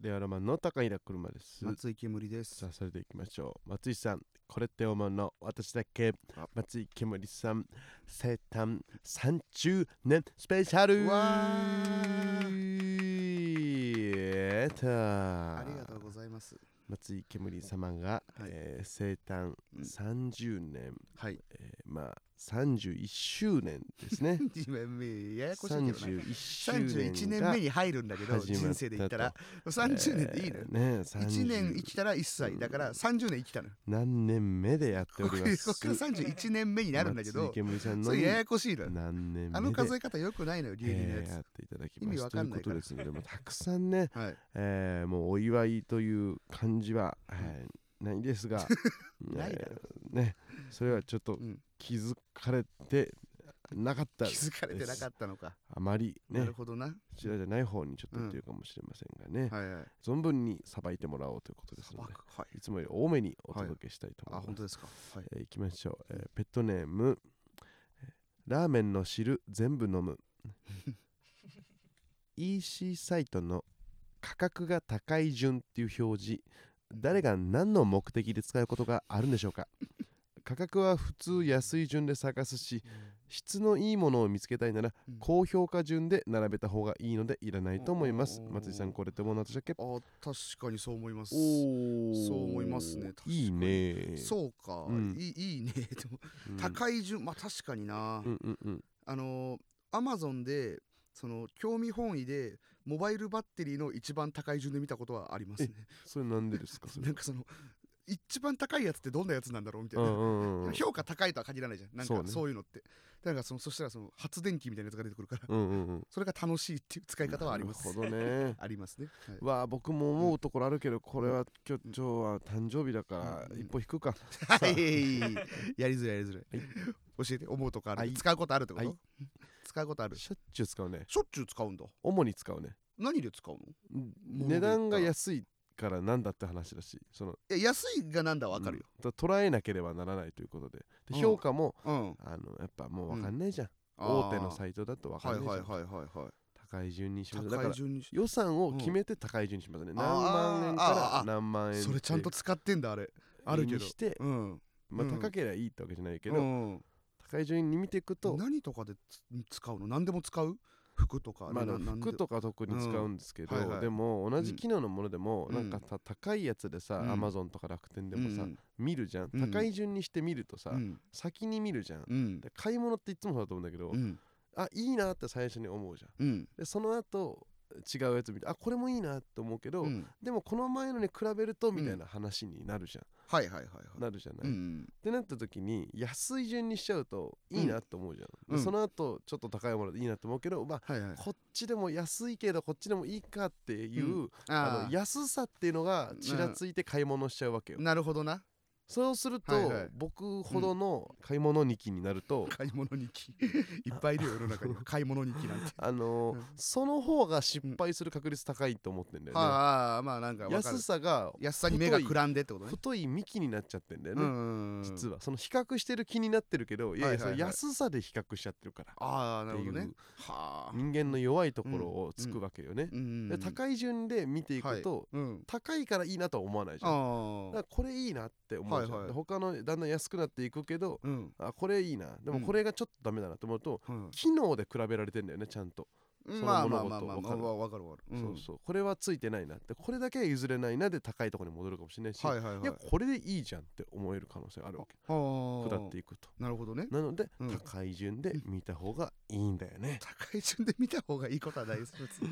ではロマンの高平車です。松井煙ですさ。あそれで行きましょう松井さんこれって思うの私だけあ松井けむりさん生誕30年スペシャルわえーたありがとうございます。松井けむり様が、はいえー生誕うん30年、 はい。えーまあ31周年ですね自分目 ややこしいけどな。 31周年が31年目に入るんだけど、始まったと人生で言ったら。30年でいいのよ。えーね30 1年生きたら1歳。だから30年生きたのよ。何年目でやっておこりれま これす31年目になるんだけ松ど井、けむりさんのそれややこしいのよ。何年目であの数え方よくないのよ、え流儀のーややっていただき意ま味しわといかうんなこいかとらですので、もうたくさんね、つ。はい。えーもうお祝いという感じは、えーないです が、ないだろえーね、それはちょっとうん気づかれてなかった気づかれてなかったのか。あまりなねる、ほどな。こちらじゃない方にちょっと言ってるかもしれませんがね、はいはい。存分にさばいてもらおうということで砂すの漠で、はい。いつもより多めにお届けしたいと思いまあ、す本。当ですか。はい。えーいきましょう、えーペットネームえーラーメンの汁全部飲 む EC サイトの価格が高い順っていう表示誰が何の目的で使うことがあるんでしょうか価格は普通安い順で探すし質のいいものを見つけたいならうん高評価順で並べた方がいいのでいらないと思いますおー松井さんこれってもう私だっけあ、確かにそう思います。おーそう思いますね確かにいいねそうか、うんいいいいねでもうん高い順まあ確かにな、うんうんうんあのアマゾンでその興味本位でモバイルバッテリーの一番高い順で見たことはありますねそれなんでですかそれなんかその一番高いやつってどんなやつなん だろうみたいな、うんうんうん評価高いとは限らないじゃんなんそうかねそういうのってなんかそのそしたらその発電機みたいなやつが出てくるからうんうんうんそれが楽しいっていう使い方はありますなるほど ねありますね、はいわあ僕も思うところあるけどこれは今日今日は誕生日だからうん一歩引くかはい、やりづらいやりづらいは教えて思うとこある、はい使うことあるってこと、はい使うことあるししょっちゅう使うねょっちゅう使うんだ主に使うね何で使うのん物値で言ったら段が安いからなんだって話だしそのいや安いがなんだわかるよ、うんだ捉えなければならないということででうん評価もうんあのやっぱもう分かんないじゃんあー大手のサイトだと分かんなはいいじゃはいんはいはいはい高い順にしますだか高いら順にし予算を決めて高い順にしますねん何万円かあーあーあら何万円それちゃんと使ってんだあれあるけにどしてうんまあうん高ければいいってわけじゃないけどうん高い順に見ていくと、何とかでつ使うの何でも使う服とかまあ、なあのなんで服とか特に使うんですけど、うんはいはいでも同じ機能のものでも、うんなんかた高いやつでさ、うん Amazon とか楽天でもさ、うん見るじゃんうん高い順にして見るとさ、うん先に見るじゃん、うんで買い物っていつもそうだと思うんだけど、うんあいいなって最初に思うじゃんうんでその後違うやつ見てあこれもいいなって思うけど、うんでもこの前のに比べるとんみたいな話になるじゃん、はいはいはいはいなるじゃない、うっんてなった時に安い順にしちゃうといいなって思うじゃん、うんでその後ちょっと高いものでいいなって思うけどまあはいはいこっちでも安いけどこっちでもいいかっていう、うああの安さっていうのがちらついて買い物しちゃうわけよ、あなるほどなそうすると、はいはい僕ほどの買い物日記になると、買い物日 記いっぱいいるよ世の中には買い物日記なんてあのーうんその方が失敗する確率高いと思ってんだよね、ああまあなんかわかる安さが安さに目がくらんでってことね太い幹になっちゃってんだようね、ん実はその比較してる気になってるけどいやいや、はいはいはいそれ安さで比較しちゃってるからああなるほどっねていうはあ人間の弱いところをつくわけよね、うんで高い順で見ていくと、うん高いからいいなとは思わないじゃんだからああこれいいなって思うじゃん、はいはいで他のだんだん安くなっていくけどうんあこれいいなでもうんこれがちょっとダメだなと思うと、は機能で比べられてんだよねちゃんと、いそのまあまあまあ物事わまあまかあるまあわかるわかるんそうそうこれはついてないなってこれだけは譲れないなで高いところに戻るかもしれないし、はいはいはいやこれでいいじゃんって思える可能性あるわけはあ下っていくとなるほどねなので、うん高い順で見た方がいいんだよ ね 高い順で見た方がいいことは ないです別に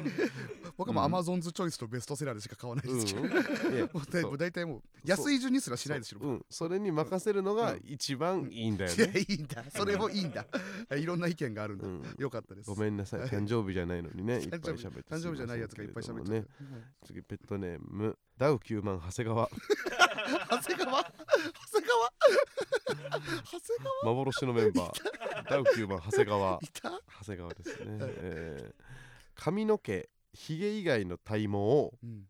僕はもううアんマゾンズチョイスとベストセラーでしか買わないですけどうんいや もうだいそうもう大体もうう安い順にすらしないですそよううんそれに任せるのがうん一番いいんだよいやね、いいんだそれもいいんだ いろんな意見があるんだうんよかったですごめんなさいはい誕生日じゃないのにねいっぱ誕い生喋っ日て誕生日じゃないやつがいっぱい喋っちゃうね。次ペットネームダウ9万長谷 川長谷川長谷 川長谷川幻のメンバーダウ9万長谷川いた長谷川ですね、えー髪の毛ひげ以外の体毛をうん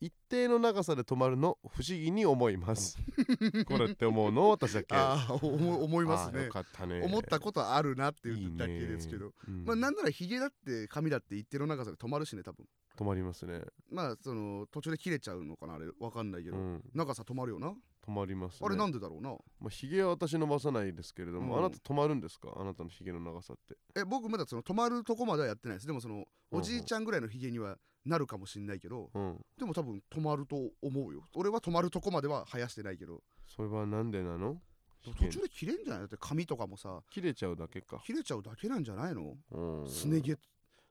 一定の長さで止まるの不思議に思います これって思うの私だけああ思思いますあーねよかったね思ったことあるなっていいいうねだけですけどうんまあなんならヒゲだって髪だって一定の長さで止まるしね多分止まりますね、まあその途中で切れちゃうのかなあれわかんないけうど、ん、長さ止まるよな、止まりますねあれなんでだろうなまあ、ひげは私伸ばさないですけれども、うんあなた止まるんですかあなたのひげの長さってえ僕まだその止まるとこまではやってないですでもそのうんおじいちゃんぐらいのヒゲにはなるかもしんないけどうんでも多分止まると思うよ俺は止まるとこまでは生やしてないけどそれはなんでなの途髭中で切れんじゃないだって髪とかもさ切れちゃうだけか、切れちゃうだけなんじゃないのうん、すね毛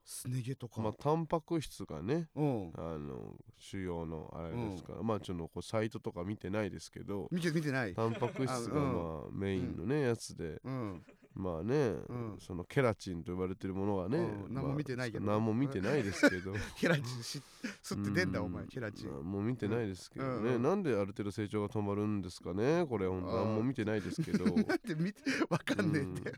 すね毛とか、まあタンパク質がねうんあの主要のあれですから、まあちょっとこうサイトとか見てないですけど見て見てないタンパク質がまあ うあんメインのね、やつでうんまあね、んそのケラチンと呼ばれてるものはね、うん何もまあ見てないけど何も見てないですけどケラチンし吸って出んだお前ケラチンうんもう見てないですけどね、うんうんなんである程度成長が止まるんですかねこれ本当あー何も見てないですけ どなんて見てわかんねえんだよ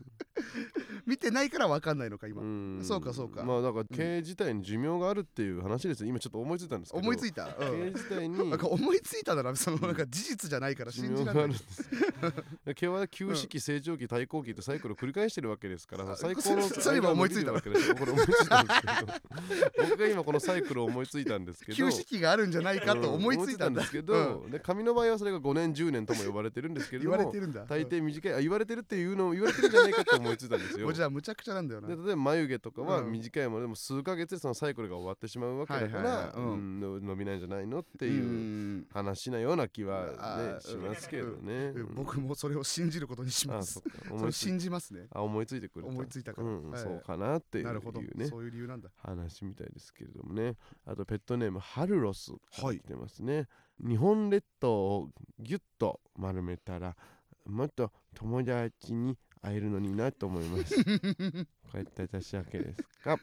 見てないからわかんないのか今、んそうかそうかまあだから毛自体に寿命があるっていう話ですよ今ちょっと思いついたんですけど思いついいた、たう毛ん、自体になんか思いついたならそのなんか事実じゃないから寿信じ命らがあるんれなでいす毛は休止期成長期対抗期ってサイクルを繰り返してるわけですからあ最高のそそそういえば思いついたわ最高の伸びるわけですよこれ思いついたんですけど 僕が今このサイクルを思いついたんですけど休止期があるんじゃないかと思いうんついたんだ、ですけど、で紙の場合はそれが5年10年とも呼ばれてるんですけれど言もわれてるんだ大抵短いあ言われてるっていうのを言われてるんじゃないかと思いついたんですうんよ おじ。ゃむちゃくちゃなんだよなで例えば眉毛とかはうん短いものでも数ヶ月でそのサイクルが終わってしまうわけだかはいはいらはいううんんの伸びないんじゃないのってういうん話なような気はあねーしますけどね。うん僕もそれを信じることにしあまーすそっかそ思れいつい信じますねあ思いついてくれた思いついたから、うんはいそうかなっていうなるほどねそういう理由なんだ話みたいですけれどもねあとペットネームハルロスは来てますね日本列島をギュッと丸めたらもっと友達に会えるのになと思います こうやって私わけですか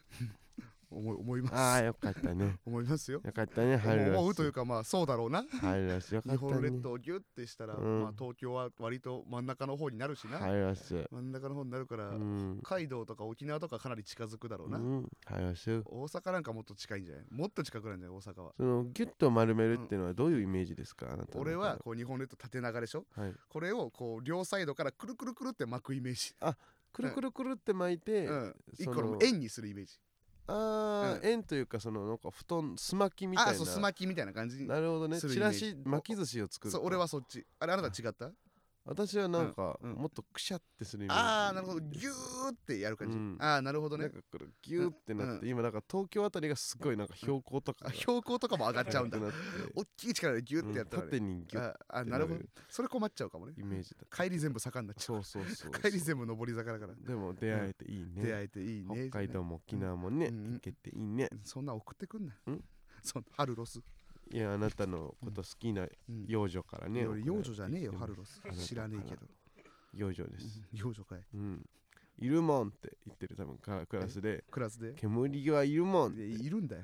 思い思いまああすよかったね思いますよよかったねハル 思ロうというスかまあそうだろうなハルロスよか日った本ね列島をギュッてしたら、うんまあ、東京は割と真ん中の方になるしな、ハルロス真ん中の方になるから、うん北海道とか沖縄とかかなり近づくだろううな、んハルロス大阪なんかもっと近いんじゃないもっと近くなんじゃない大阪はそのギュッと丸めるっていうのはどういうイメージですかあなたの俺はこう日本列島縦長でしょはいこれをこう両サイドからくるくるくるって巻くイメージ、くるくるくるって巻いて、うん、一個そのの円にするイメージああ、うん円というかそのなんか布団すまきみたいあなあそうすまきみたいな感じになるほどねするイチメーラジシ巻き寿司を作るそう俺はそっちあれあなた違った私はなんか、うんうんもっとくしゃってするイメージああなるほどギューってやる感じ、うんああなるほどなねんかこれギューってなって、今なんか東京あたりがすごいなんか標高とかあ標高とかも上がっちゃうんだなって大きい力でギューってやったら、うんね縦にギュッああてなるほどなるそれ困っちゃうかもねイメージだった帰り全部坂になっちゃそうそうそうう帰り全部上り坂だから、でも出会えていいね,、出会えていいね北海道も沖縄もね、うん行けていいねそんな送ってくんな、うんそんなハルロス、いやあなたのこと好きなうん幼女からね、俺幼女じゃねえよ送ハられてルロスあなた知らねえけど幼女です、幼女かいうん、いるもんって言ってる多分かクラスでクラスで煙はいるもんでいいるんだよ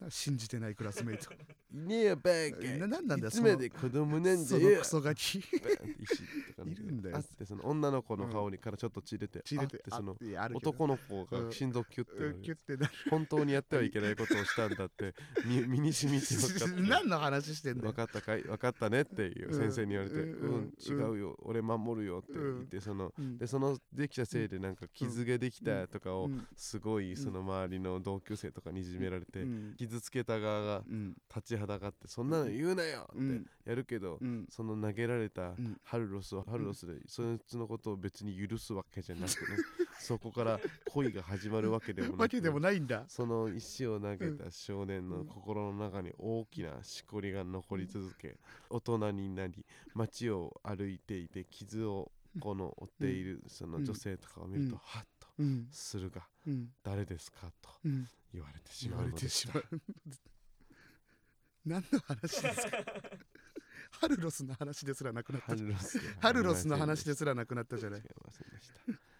なんか信じてないクラスメイト ねえよバなカなんなんだいよつそのまで子供なんそだのよクソガキ バーンって石とかねいるんだよあってその女の子の顔にからちょっと血出て血出てあってそのあいやあるけど男の子が心臓キュッてなうんキュるッてな本当にやってはいけないことをしたんだってみ身に染みて分かっるた 何の話してんだ分よかったかい分かったねっていううん先生に言われて「うんうん違うんうよ俺守るよ」って言ってそのうんでそのできたせいでなんか傷ができたとかうをんすごいその周りの同級生とかにいじめられうてん傷つけた側がうん立ちはだかって「そんなの言うなよ!」うってんやるけどうんその投げられたうんハルロスはハルロスでそいつのことを別に許すわけじゃなく ねそこから恋が始まるわけでもなくわけでもないんだその石を投げた少年の心の中に大きなしこりが残り続け大人になり街を歩いていて傷をこの負っているその女性とかを見るとうんハッとうんするがうん誰ですかとうん言われてし言まわうれので てししたまう何の話です かハルロスの話ですらなくなっハたじゃんルロスではありませんでしたハルロスの話ですらなくなったじゃない違いませんでした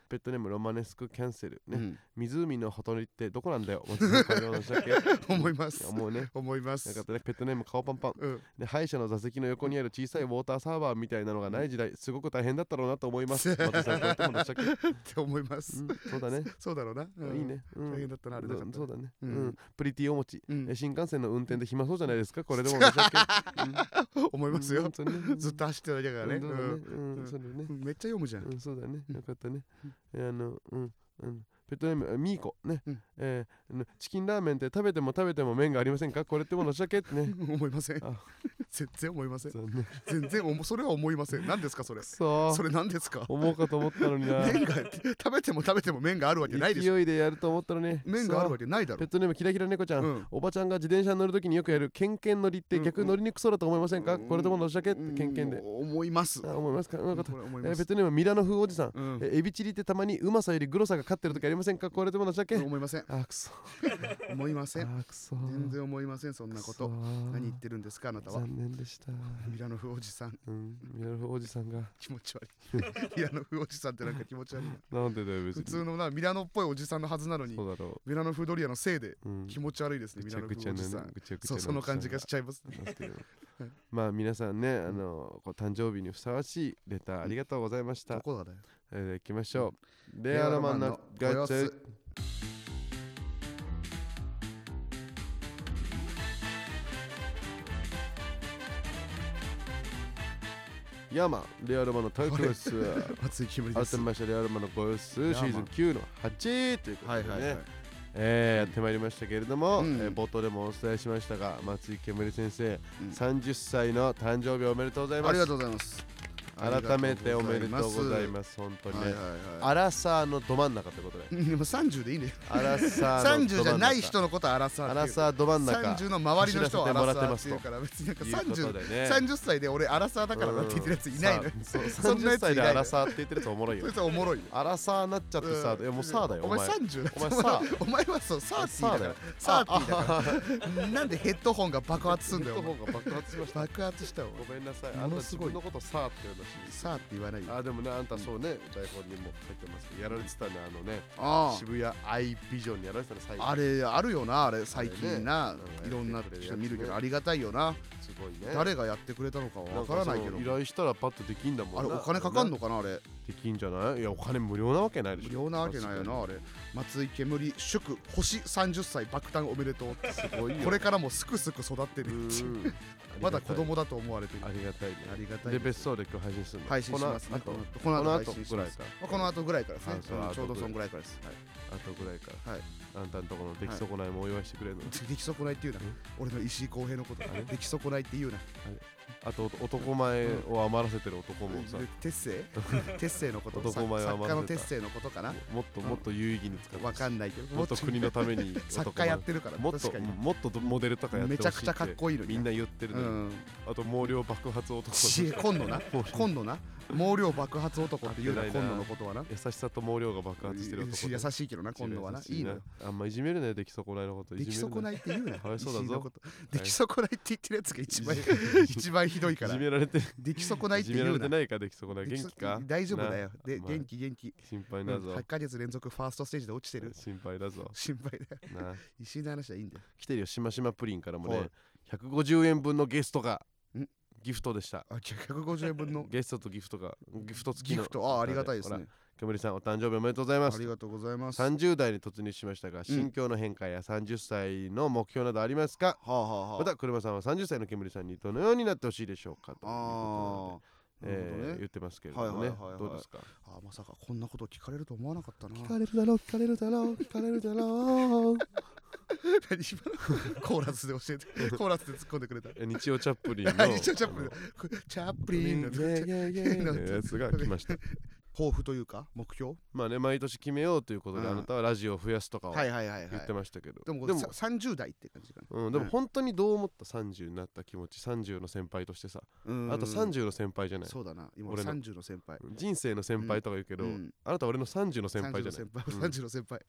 ペットネームロマネスクキャンセルね、うん湖のほとりってどこなんだよ松坂どうでしたっけ思いますや思うね思いまなすんかったねペットネーム顔パンパンうんで歯医者の座席の横にある小さいウォーターサーバーみたいなのがない時代すごく大変だったろうなと思います松坂どうでし たっけ、うって思います、ん、そうだね、そうだろうな、うんいいね、うん、大変だったなあれなかったねそうそうだね、ううんんプリティお餅、うんえ新幹線の運転で暇そうじゃないですかこれでもでしたっけ、うん、 思いますよ本、当にねずっと走ってるだけだからうね、んうんうんそうだねうんめっちゃ読むじゃん、うん、そうだね。よかったね。えーあの、うん、うん。ペットネーム、あミーコね。うんえーあのチキンラーメンって食べても食べても麺がありませんかこれってものしゃけって ね。思いませんあ全然思いませんそうね。全然おもそれは思いません何ですかそれくそそー。れ何ですか思うかと思ったのにな。 麺が食べても食べても麺があるわけないでしょ勢いでやると思ったのに。麺があるくそわけないだーペろットネーム、キラキラ猫ちゃん。うんおばちゃんが自転車に乗るときによくやるケンケン乗りって逆うん乗りにくそうだと思いませんか、うんこれでものしゃけってケンケンうで。ん思いますあ思いますかうまかったこれ思いえまーペッすトネームミラノ風おじさん、うんえーエビチリってたまにうまさよりグロさが勝ってるときありませんかこれでものしゃけ思いませんあくそ思いませんあくそ全然思いませんそんなこと何言ってるんですかあなたは残念でした。ミラノ風おじさん うん、ミラノおじさんが。気持ち悪いミラノ風おじさんってなんか気持ち悪いななんでだ よ、別普に。通のなミラノっぽいおじさんのはずなのにそうだろミラノ風ドリアのせいでう。うん。気持ち悪いですねぐミちラゃノぐち風ゃおのじねさんぐちゃぐちゃそうのその感じがしちゃいますおじさんがなんですけどはいまあ皆さんね、あのこう誕生日にふさわしいレターありがとうございました。どこがだよえー、行きましょう。レアロマンのガチャ。ヤーマン、レアロマンのタイトルです。松井きむりで改すめはまして、レアロマンのご様子、シヤーマンーズン9の8ということでいね。はいはいえーやってまいりましたけれども、うんえー冒頭でもお伝えしましたが松井けむり先生、うん30歳の誕生日おめでとうございますありがとうございます改めておめでとうございます本当にね、はいはいはアラサーのど真ん中ということ でいでも30でいいねアラサーの30ど真ん中じゃない人のことはアラサーアっていうラサーど真ん中30の周りの人はアラサ走らせてもらってーまっすてというから別になんかいうことでね 30, 30歳で俺アラサーだからなって言ってるやついないのようんさあそそん30なやついない歳のでアラサーって言ってるとおもろい そよれさおもろいよアラサーになっちゃってさ、うんいやもうサーだよおお前前30だお前さ お前はそうサーティーだからサーティーだ からなんでヘッドホンが爆発すんだよヘおッド ホ前ンが爆発しました爆発したよごめんなさいあもんたの自すごい分のことサーって言うんだしサーって言わないよあでもねあんたそうね、台本にも書いてますけどやられてたねあのねあ渋谷アイビジョンにやられてたね最後あれあるよなあれ最あれね近なうんいろんな人見るけどありがたいよなすごいね誰がやってくれたのかなわんかからないけそどの依頼したらパッとできんだもんあれお金かかんののかなあれできんじゃないいやお金無料なわけないでし無ょ料なわけないよなあれ松井煙祝星30歳爆誕おめでとうってすごいよこれからもすくすく育ってうるっていうん まだ子供だと思われてるありがたいねありがたでいです別荘で今日配信するの配信しますこのねあとこの後この配後信しぐらまいすかまあこの後ぐらいからですねはいその後うんちょうどそのぐらいからですはいあとぐらいからはいあんたんとこの出来損ないもお祝いしてくれるの出来損ないっていうなえ俺の石井浩平のことれ出来損ないっていうなあと男前を余らせてる男もさで鉄星 鉄星のこと男作前は作まだ家の鉄星のことかなもっともっと有意義に使ってわかんないけどもっと国のため に作男家前やってるからもっ確とかにもっとモデルとかやってめほしちいゃってくちゃかっこいいのにみんな言ってるうのに、んあと毛量爆発男ち今 度な毛量今度な毛量爆発男っていうな合っ今てないな度のことはな優しさと毛量が爆発してる男優しいけどな今度はないいのよあんまいじめるなよ出来損ないのこと出来損ないいって言うな かわいそうだぞ石井のこと出来損ないって言ってるやつが一い番じ 一番ひどいじめからいじめられてい出来損ないってじめ言らうれてなないか出来損ない出来元そ気か大丈夫だよでまあ元気元気心配だぞ、 8ヶ月連続ファーストステージで落ちてる心配だぞ心配だよなあ石井の話はいいんだよ来てるよしましまプリンからもはねい150円分のゲストがんギフトでしたあ150円分のゲストとギフトがギフト付きギのフトあありがたいですほねら煙さんお誕生日おめでとうございまあすりがとうございますは30代に突入しましたが心境の変化や30歳の目標などありますか、あはあはあまた車さんは30歳の煙さんにどのようになってほしいでしょうかというあこあとなのでえーなるほどね言ってますけれどもね、はいはいはいはいどうですかあまさかこんなこと聞かれると思わなかったな聞かれるだろう聞かれるだろう聞かれるだろう 何 今のコーラスで教えてコーラスで突っ込んでくれた日曜チャッ プリンのあ一応チャップリンこれチャップリンのイェイイェイイェイなんての やつが来ました抱負というか目標まあね毎年決めようということで、うんあなたはラジオを増やすとかをは言いはいはいはいってましたけど、でもででもも30代って感じかなうん、でもうん本当にどう思った30になった気持ち30の先輩としてさうーんあと30の先輩じゃないそうだな今俺の30の先輩人生の先輩とか言うけど、うんあなたは俺の30の先30輩じゃなのい先輩うん30の先輩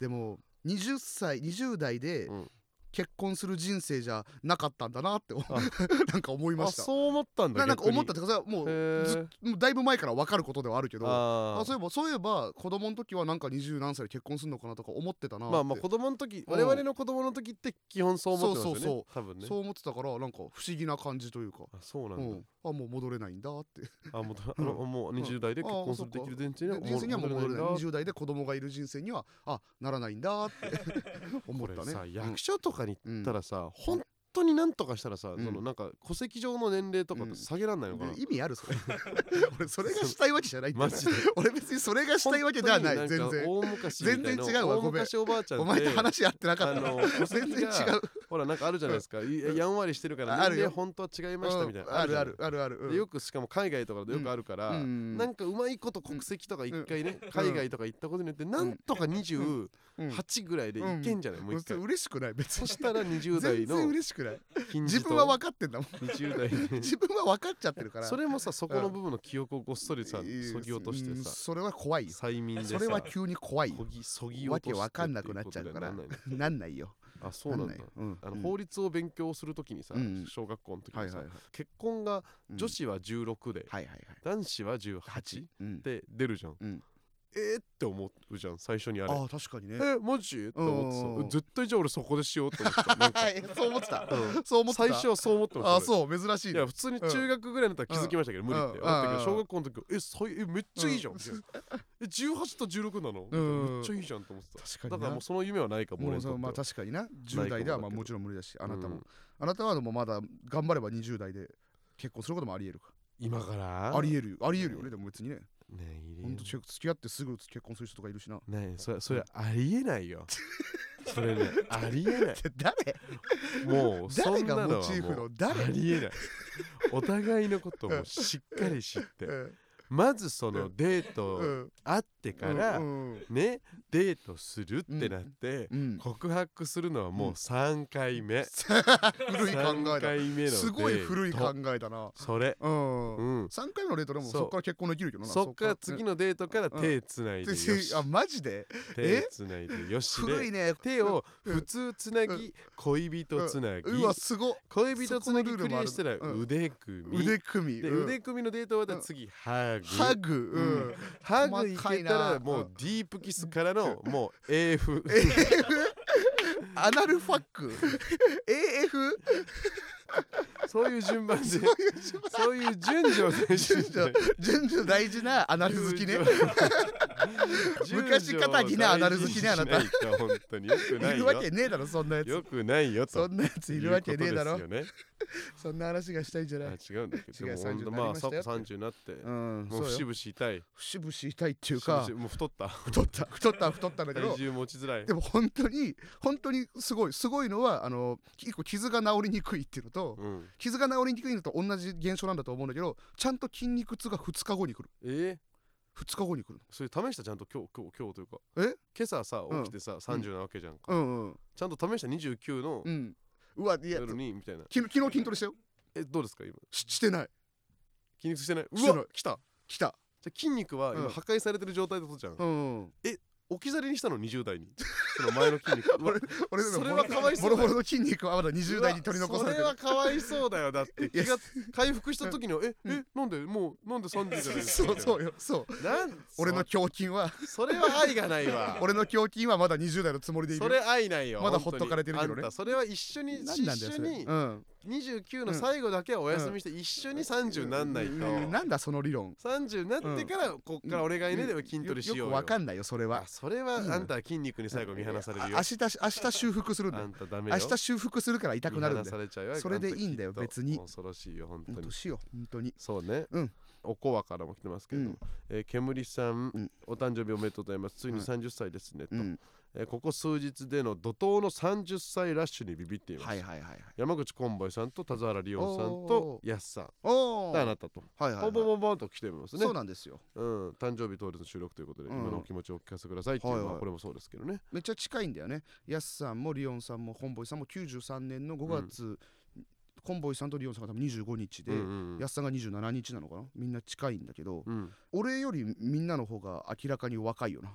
でも20歳20代でうん結婚する人生じゃなかったんだなって思う なんか思いまあしたそう思ったんだななんか思ったっ逆てことはもにうへーずもうだいぶ前から分かることではあるけどああーそういえばそういえば子供の時はなんか二十何歳で結婚するのかなとか思ってたなってまあまあ子供の時うん我々の子供の時って基本そう思ってそうますよそね多分ねそう思ってたからなんか不思議な感じというか、あそうなうんだん、あもう戻れないんだってあもうあのもう20代で結婚するできる前提にでは人生にはもう戻れないんだ20代で子供がいる人生にはあならないんだって 思これったねさ役所とかにうん行ったらさ本当になんとかしたらさんそのなんか戸籍上の年齢とかって下げらんないのかなで意味あ るそれ俺それがしたいわけじゃないってマジで俺別にそれがしたいわけではない本当にんか全然大昔みたいな全然違うわ大ごめん昔おばあちゃんおって前と話合ってなかあったの戸 全籍然違がうほらなんかあるじゃないですかいやんわりしてるからあある年よ齢本当は違いましたみたいなうんあるあじゃんるあるあるうんでよくしかも海外とかだとよくあるから、うんなんかうまいこと国籍とか一回ね、ん海外とか行ったことによってなんとか28うんぐらいでいけんじゃない、もう一回、嬉しくない別そにしたら20代全然の嬉しくない金自字分はと分かってんだもん20代で自分は分かっちゃってるからそれもさそこの部分の記憶をごっそりさいいそぎ落としてうんさそれは怖いよ催眠でそされは急に怖いよこぎそぎわ落としてけわかんなくなっちゃっていううこかとにはんらないの なんないよあそうなんだいようんあのうん法律を勉強するときにさ、うん小学校の時はいにはいさ、はい結婚がうん女子は16で、はいはいはい男子は18っうんて出るじゃん、うんえーって思うじゃん最初にあれああ確かにねえマジって思うんっうてんうんさ絶対じゃあ俺そこでしようって思ってたなんか はいそう思ってたうんそう思ってた最初はそう思ってましたあうそう珍しいいねや普通に中学ぐらいの時は気づきましたけど、無理って思ったけうんど小学校の時はえさいえめっちゃいいじゃん、みたいなえ18と16なの、うんめっちゃいいじゃんと思ってた確だかにからなもうその夢はないかもも俺うにそとっのてまはあ確かにな10代ではまあもちろん無理だしあなたうもんあなたはでもまだ頑張れば20代で結婚することもありえるか今からありえるよありえるよねでも別にねねえいほんとる付き合ってすぐ結婚する人とかいるしなねえそれそれありえない よそれねありえない誰もうそ誰んながのはもモチーフのう誰ありえないお互いのことをしっかり知ってうんまずそうのデートうん会ってからうんねデートするってなって うん告白するのはもううん3回目3回目のデ古い考えーだトすごい古い考えだなそれうんうん3回目のレートでもそうそこから結婚できるけどなそっから次ののデートからうん手つないでよし あマジで手つないでよし古いでね手を普通つなうぎ恋人つなぎうわすごっ恋人つなぎクそこのルールリもあアるしたらうん腕組み腕組みでうん腕組みのデート終わったら次ハハググううんんハグい細かけいたならもうディープキスからのもう AF アナルファッ ク AF そういう順番でそういう順そういう順序で序順序大事なアナル好きね昔昔肩着なアナル好きねあなたいと本当によくないいるわよけねえだろそんなやつよくないよそとんなやついるわけねえだろいうことですそんな話がしたいんじゃよなねいあ違うんだけど違うでもほんとまあ30なりさましたよ30になってうもんうそう節よ々痛い節々痛いっていうか節々もう太った太った太った太ったんだけど体重持ちづらいでも本当に本当にすごいすごいのはあの結構傷が治りにくいっていうのとうん傷が治りにくいのと同じ現象なんだと思うんだけどちゃんと筋肉痛が2日後に来るえー2日後に来るそれ試したちゃんと今日今日今日というかえ今朝さうん起きてさ30なわけじゃんかうんうんちゃんと試した29のうんうわいや夜にみたいな昨日昨日筋トレしたよえどうですか今ししてない筋肉痛してないしてなういわ来た来たじゃあ筋肉はう今ん破壊されてる状態ってことじゃんうんうん置き去りにしたの20代にその前の筋肉うわ 俺でもそれはかわいそうだよボロボロの筋肉はまだ20代に取り残されてうるわそれはかわいそうだよだっていや気が回復した時のえうんえなんでもうなんで30じゃないです そかうそうよそうなん俺の胸筋はそそれは愛がない わ俺の胸筋はまだ20代のつもりでいるそれ愛ないよまだ本当にほっとかれてるけどあねんたそれは一緒に何なんだ一よ緒それにうん29の最後だけはお休みして一緒に30になんないとうんなんだその理論30になってからこっから俺がいねで筋トレしようよよくわかんないよそれはあそれはあんたは筋肉に最後見放されあるよ明日し明日修復するんだあよんたダメよ明日修復するから痛くなるん見だ放よされちゃうよそれでいいんだよあたきっと別に恐ろしいよ本当ほんにとしよう本当にそうね、うんおこわからも来てますけれども、えー煙さん、うんお誕生日おめでとうございますついにうん30歳ですね、うと、んえーここ数日での怒涛の30歳ラッシュにビビっています、はいはいはいはい山口コンボイさんと田沢理音さんとおーやすさんおおとあはなたといはいポンはポンいポンポンと来てますねそうなんですようん、誕生日当日の収録ということで、うん今のお気持ちをお聞かせくださいっていうのは、はいはいこれもそうですけどねめっちゃ近いんだよねやすさんもリオンさんもコンボイさんも93年の5月、コンボイさんとリオンさんが多分25日で、うんうんうんやすさんが27日なのかなみんな近いんだけど、うん俺よりみんなの方が明らかに若いよな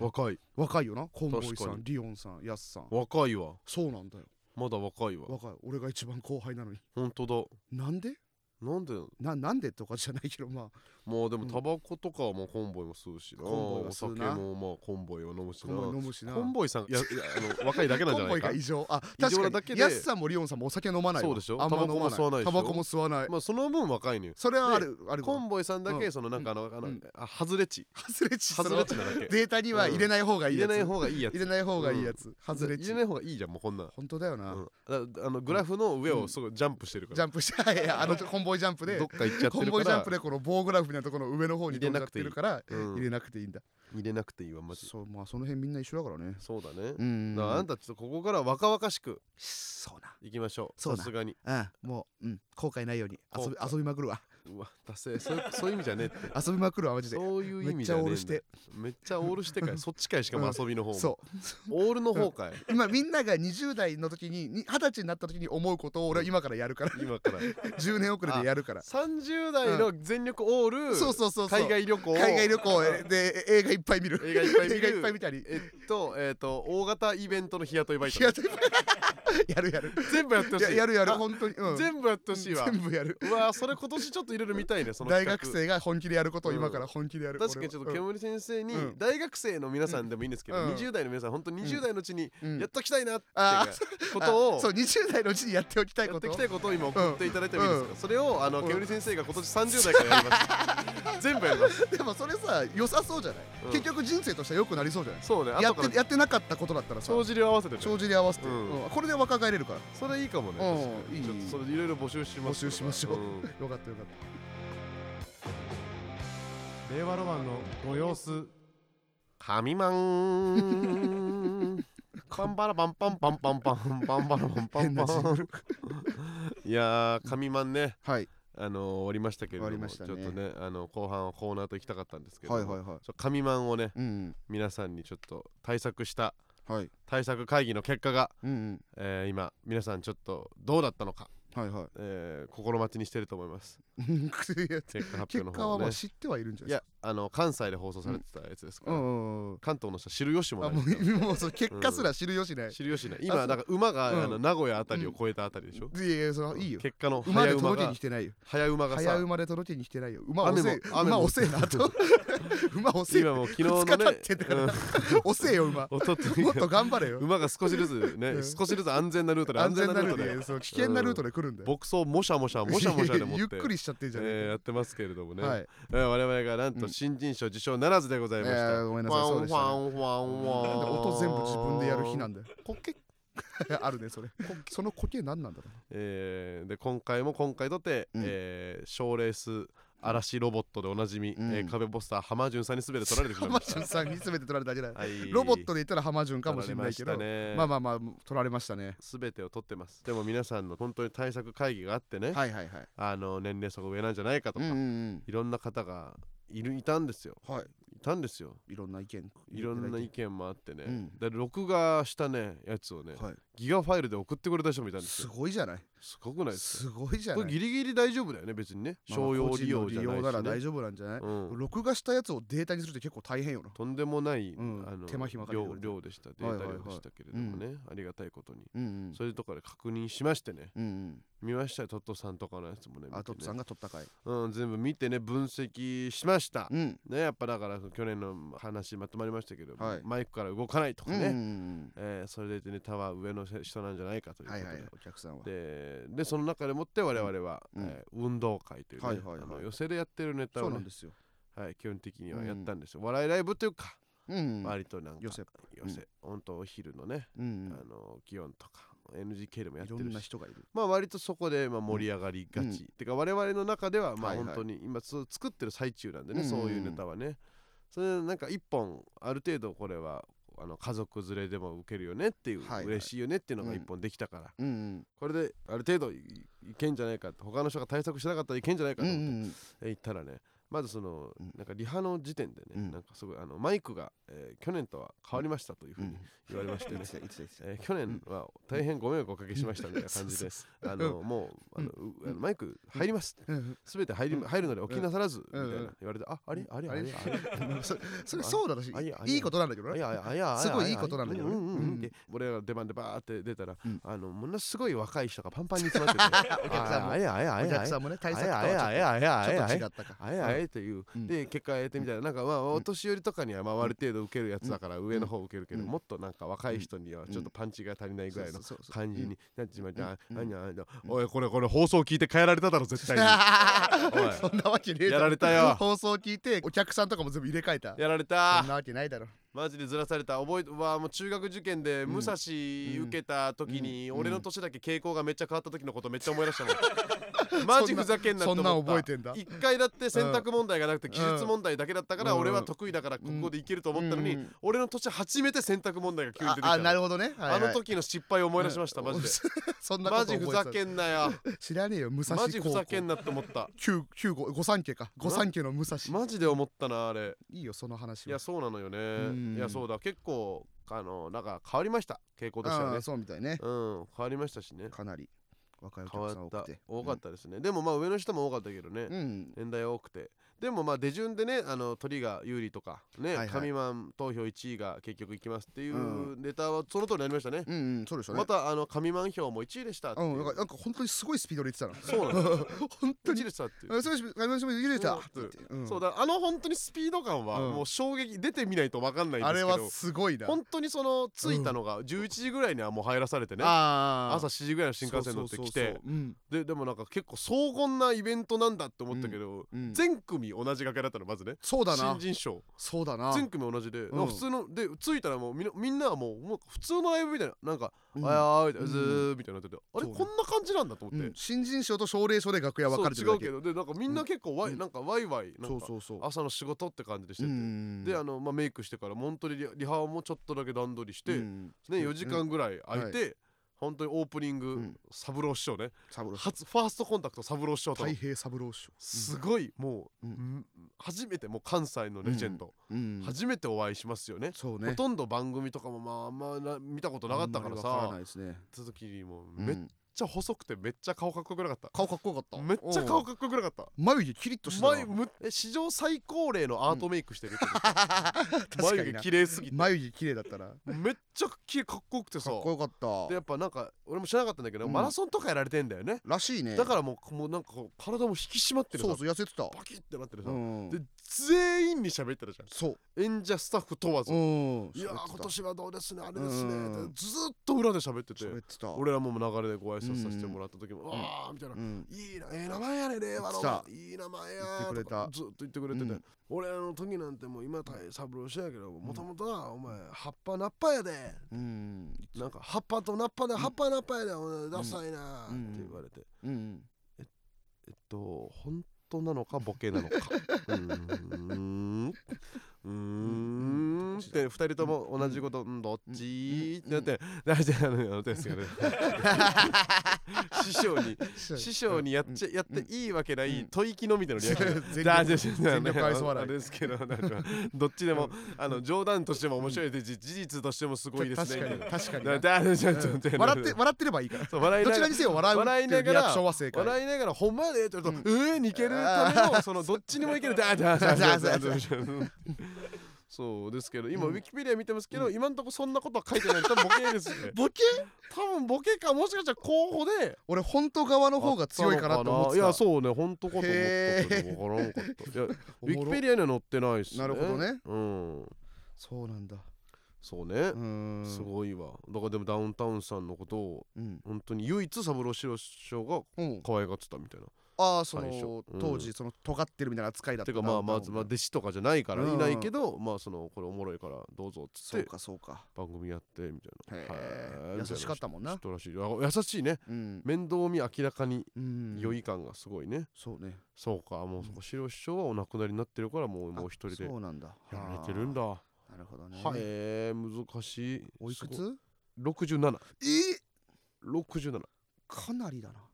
若い若いよなコンボイ確さかんにリオンさんヤスさん若いわそうなんだよまだ若いわ若い俺が一番後輩なのに本当だなんでなんでななんでとかじゃないけどまあまあでうもんタバコとかはまあコンボイも吸うしなコンボイはお吸う酒なもまあコンボイは飲むしコなンボイ飲むしなコンボイさんいやいやあの若いだけなんじゃないコンボイかが異常あ異常確かなにだけでヤスさんもリオンさんもお酒飲まないわそうでしょあんま飲まないタバコも吸わないでしょタバコも吸わないまあその分若いねそれはあるあるコわンボイさんだうけんそのなんかあのあうのんあ外れ値外れちそ外のれ値なだけデータには入れない方がいい入れやつない方がいいやつ入れない方がいいやつ外れ入ちれない方がいいじゃんもうこんなん本当だよなうんだあのグラフの上をすごいジャンプしてるかジらャンプしたいやいやあのコンボイジャンプでどっか行っちゃってコンるボかイジャンらプでこの棒グラフみたいなところの上の方に飛んじゃってるからうん入れなくていいんだ入れなくていいわマジでそうまあその辺みんな一緒だからねそうだねうんだからあんたちょっとここから若々しくそうないきましょうそうさだすがにうん、もう、うん、後悔ないように遊び後悔遊びまくるわ。うわ達成そうそういう意味じゃねえっ て遊びまくるわ、マジで。そういう意めっ味ちじゃゃねオえんールだして。めっちゃオールしてかいそっちかいしかも遊びの方もそう。オールの方かい今、みんなが20代の時に、に二十歳になった時に思うことを俺は今からやる から。今から10年遅れでやるから。 30代の全力オールそうそうそうそう。海外旅行海外旅行えでえ映画いっぱい見る。映画いっぱい見る映画いっぱい見たり。えっとえっと大型イベントの日雇いバイト日雇いやるやる。全部やってほしやいやるやる、あ本当に。うん、全部やってほしいわ全部やる。うわーそれ今年ちょっといろいろ見たいねその大企画学生が本気でやることをうん今から本気でやる。確かにちょっと俺は煙先生にうん大学生の皆さんでもいいんですけど、うん20代の皆さん本当にう20ん代のうちにうんやっときたいなってあいうことあをそう、20代のうちにやっておきたいやこってとき。たいことを今送っていただいてもいいですか、それをあのうん煙先生が今年30代からやります全部やりますでもそれさ良さそうじゃない、うん結局人生としては良くなりそうじゃないそうねや後かっらてやってなかったことだったらさ帳尻を合わせてね帳尻合わせて、うんうんこれで若返れるからそれいいかもねうん確かにいいちょっとそれいろいろ募集します募集しましょうんよかったよかった令和ロマンのご様子神マン パンパラパンパンパンパンパンパンパラパンパン変なジンパグンいやー神マンねはいあのー終わりましたけれども、終わりましたねちょっとねあの後半はコーナーと行きたかったんですけれはどいも、はいはいちょっと紙マンをねうん皆さんにちょっと対策したうんはい対策会議の結果が、うんえー今皆さんちょっとどうだったのか、うんはいはいえー心待ちにしてると思いますいや結果発 結表の果方はをねまあ知ってはいるんじゃいないですやあの関西で放送されてたやつですかかうら、んうんうん関東の人は知る由もあなもいからうもうその結果すら知るよしない、知る由ないあそ今うだから馬が、うんあの名古屋あたりを越えたあたりでしょ、いやいやそれいいよ結果の馬早で馬届けがに来てないよ早馬が早さ馬で届けに来てないよ馬遅え雨も雨も馬遅えな と馬遅え今もう昨日の2日経っねてんだから遅えよ 馬おとといもっと頑張れよ馬が少しずつね、うん少しずつ安全なルートで安安全全ななルールートトででそう危険なルートで来るんだよ。牧草もしゃもしゃもしゃもしゃで持って ゆっくりしちゃってんじゃねえーやってますけれどもえね、か。はい。えー我々がなんうとん新人賞受賞ならずでございました、えーごめんなさいファンそうでしたねファンファンファンなんで音全部自分でやる 日なんだよ。こけ、 あるねそれ。その苔何なんだろえーで今回も今回とて、うんえー賞レース嵐ロボットでおなじみ、うんえー壁ポスター浜潤さんに全て取られてう。しまいま浜し潤さんに全て取られただけだよた、。はいロボットで言ったら浜潤かもしれないけど、取られましたねまあまあまあ取られましたね。全てを取ってますでも皆さんの本当に対策会議があってね、はいはいはい。あの年齢層が上なんじゃないかとうんか、うんうん。いろんな方がいるいたんですよはいたんですよい。いろんな意見。いろんな意見。見もあってね、うんで録画したねやつをね、はギガファイルで送ってくれた人もいたんい。ですすよごいじゃない。すごくないですかすごいじゃこなれい。ギリギリ大丈夫だよね別にねまあ商用利用じゃな個人のい利用なしら大ね丈夫なんじゃない。うん録画したやつをデータにするって結構大変よな。とんでもない、うんあの手間暇かけてく量れて量でしたデはいーはタいはい量でしたけれどもね、ありがたいことに、うんうんそれとかで確認しましてねうん見ましたよトットさんとかのやつもねうん。見てあトップさんねが取ったかい。うん、全部見てね分析しました、うん。ねやっぱだから去年の話まとまりましたけど、はいマイクから動かないとかうんね、うんうんえーそれでいてねタワー上の人なんじゃないかとういんうことはいで、はい、お客さんは。ででその中でもって我々は、うんえー運動会という、ねはいはいはいあの寄せでやってるネタそうを、なんねですよ。はい、基本的にはやったんですよ、笑いライブというか、うん割となんか寄せ。寄せ、本当お昼のね、うんあの祇園とか NGK でもうん。やっいてろんるなし人がいる。まあ割とそこでまあ盛り上がりがち、うんてか我々の中ではまあはいはい本当に今そう作ってる最中なんでね、うんそういうネタはねそれでなんか一本ある程度これはあの家族連れでも受けるよねっていう、はいはい嬉しいよねっていうのがうん一本できたから、うんこれである程度いいけんじゃないかって他の人が対策しなかったらいけんじゃないかうん。うとん思って、うんえ言ったらねまずその、うんなんかリハの時点でね、うんなんかすごいあのマイクが、えー去年とは変わりましたというふうに言われましてね、た言ってた言ってえー去年は大変ご迷惑をおかけしましたみたいな感じで、あのもうあの、うあのマイク入りますすべて入り、入るのでお気になさらず、うんみたいな言われて、ああれあれあれあれそそれそうだらしあいやあいいやいいことなんだけどあねやあやあやあやすごいいいことなんだけどねうんうんううんんで俺らが出番でバーって出たら、うんあのものすごい若い人がパンパンに詰まっててお客さんもあやあやあやあやあお客やさんもねあ対策とやあやあはやあやあちょやっあやと違ったかあやあやという、うんで結果得てみたいななんかまあお年寄りとかにはまあある程度受けるやつだから上の方受けるけど、うんもっとなんか若い人にはちょっとパンチが足りないぐらいの感じになってしまって、あうんあにゃあにゃおいこれこれ放送聞いて変えられただろ絶 対においそんなわけねえだろやられたよ放送聞いてお客さんとかも全部入れ替えたやられそたんなわけないだろ マジでずらされた覚えはもう中学受験で武蔵受けた時にうん俺の年だけ傾向がめっちゃ変わった時のことめっちゃ思い出したも んマジふざけんなってそ思んっなた覚えてんだ一回だって選択問題がなくてうん技術問題だけだったからうん俺は得意だからここでいけると思ったのうんうにん俺の年初めて選択問題が急に出てきああたなるのほどねはいはあいの時の失敗を思い出しましたマジで そんなこマジと覚えてふたざけんなよ知らねえよ武蔵高校マジふざけんなって思った九九五五三家か五三家の武蔵マジで思ったなあれいいよその話いはやそうなのよんねいやそうだ結構あのなんか変わりました傾向としてはあねあそうみたいねうん、変わりましたしね。かなり若いお変わ客さっん多くたて。多かったですね。でもまあ上の人も多かったけどね。うんうん年代多くて。でもまあ出順でね、あの鳥が有利とか、ね、はいはい神マン投票1位が結局いきますっていううネタはその通りになりましたね。うんうんそうでしたねまたあの神マン票も1位でしたっていううんなんかなんか本当にすごいスピードで言ってたそうなの。 な本当1位にでしたっていう。あそうです買いましょう入れたうんって言ってうんそうだあの本当にスピード感はうんもう衝撃出てみないと分かんないんであすけれど、はすごいな本当にその着いたのが11時ぐらいにはもう入らされてね、あー朝7時ぐらいの新幹線乗ってきてそうそうそうそううんででもなんか結構荘厳なイベントなんだって思ったけど、うん全組同じ楽屋だったのまずねそうだな新人賞そうだな全組同じで、んなんか普通ので着いたらもうみんなみんなはもうもう普通のライブみたいななんか「うんあやーい」みたいな「うんずー」みたいになってて、あれそうねこんな感じなんだと思うって、ん新人賞と奨励賞で楽屋分かれてるそう違うだけけどでなんかみんな結構ワイ、うんなんかワイワイなんそうかそうそう朝の仕事って感じでしてて、うんであの、まあ、メイクしてから本当にリリハもちょっとだけ段取りして、うね、ん4時間ぐらい空いて、本当にオープニング、んサブロー師匠ねサブロー初ファーストコンタクトサブロー師匠と太平サブロー賞すごいもう、うんん初めてもう関西のレジェンド、うん初めてお会いしますよね、そうねほとんど番組とかもまああんまな見たことなかったからあんまりわさからないですねその時にもううんめっちゃ細くてめっちゃ顔かっこよくなかった、顔かっこよかっためっちゃ顔うんかっこよくなかった眉毛キリッとしてたな眉むえ史上最高齢のアートメイクしてる、確か眉に毛な綺麗すぎて眉毛綺麗だったなかめっちゃきかっこよくてさっこよかっでやっぱなんか俺も知らなかったんだけど、うんマラソンとかやられてんだよねたらしいねだからもうもうなんかこう体も引き締まってるさそうそう痩せてたバキッてなってるさ、うんで全員に喋ってたじゃんそう演者スタッフ問わず、うんいやー喋って今た年はどうですねあれですね、うんずーっと裏で喋ってて喋ってた俺らもう流れでご挨拶させてもらった時も、んああみたいな、うんいいなええ名前やね令和言っのていい名前や言ってくれーとたかずっと言ってくれてて、うん俺らの時なんてもう今大三郎氏やけどもともとはお前葉っぱなっぱやでうんなんか葉っぱとなっぱで葉っぱなっぱやでお前ダサいなうんーって言われて、うんえっと本当なのかボケなのかうーんうーんって二人とも同じことうんどっちってなって大事なのよですよ ね師匠に 師匠にやっちゃやっていいわけないうん吐息のみたいなリアクション 全大力丈夫です全力愛想笑いあれですけどなんかどっちでもあの冗談としても面白いですし事実としてもすごいですね確かに確かに だから大丈夫ですうん笑って笑ってればいいからそう笑いなどがちららにせよ笑うって笑いいうながリアクらションは正解笑いながらほんまやでって言われると、ええにけるあーためのそのどっちにもいけるダーダーダーダーダーダーそうですけど今、うんウィキペディア見てますけど、今んとこそんなことは書いてない多分ボケですねボケ多分ボケかもしかしたら候補で俺本当側の方が強いかなと思ってたいやそうね本当かと思ったけへどわからんかったいやウおィキもろペディアには載ってないっすねなるほどねうんそうなんだそうねう、ーんすごいわだからでもダウンタウンさんのことをうん本当に唯一三郎四郎師匠がうん可愛がってたみたいなああそ最初のうん当時その尖ってるみたいな扱いだったてんかだまあまあ多分まあ弟子とかじゃないからいないうんけど、まあそのこれおもろいからどうぞっつそっうてかそうか番組やってみたいへなはえい優しかったもんな人らしいあ優しいねうん面倒見明らかにうん良い感がすごいね、そうねそうかもうそこ白師匠はお亡くなりになってるからもうもうあ一人でそうなんだやられてるんだはあーなるほどいね、えー難しいおいくすごいつ67えー67かなりだな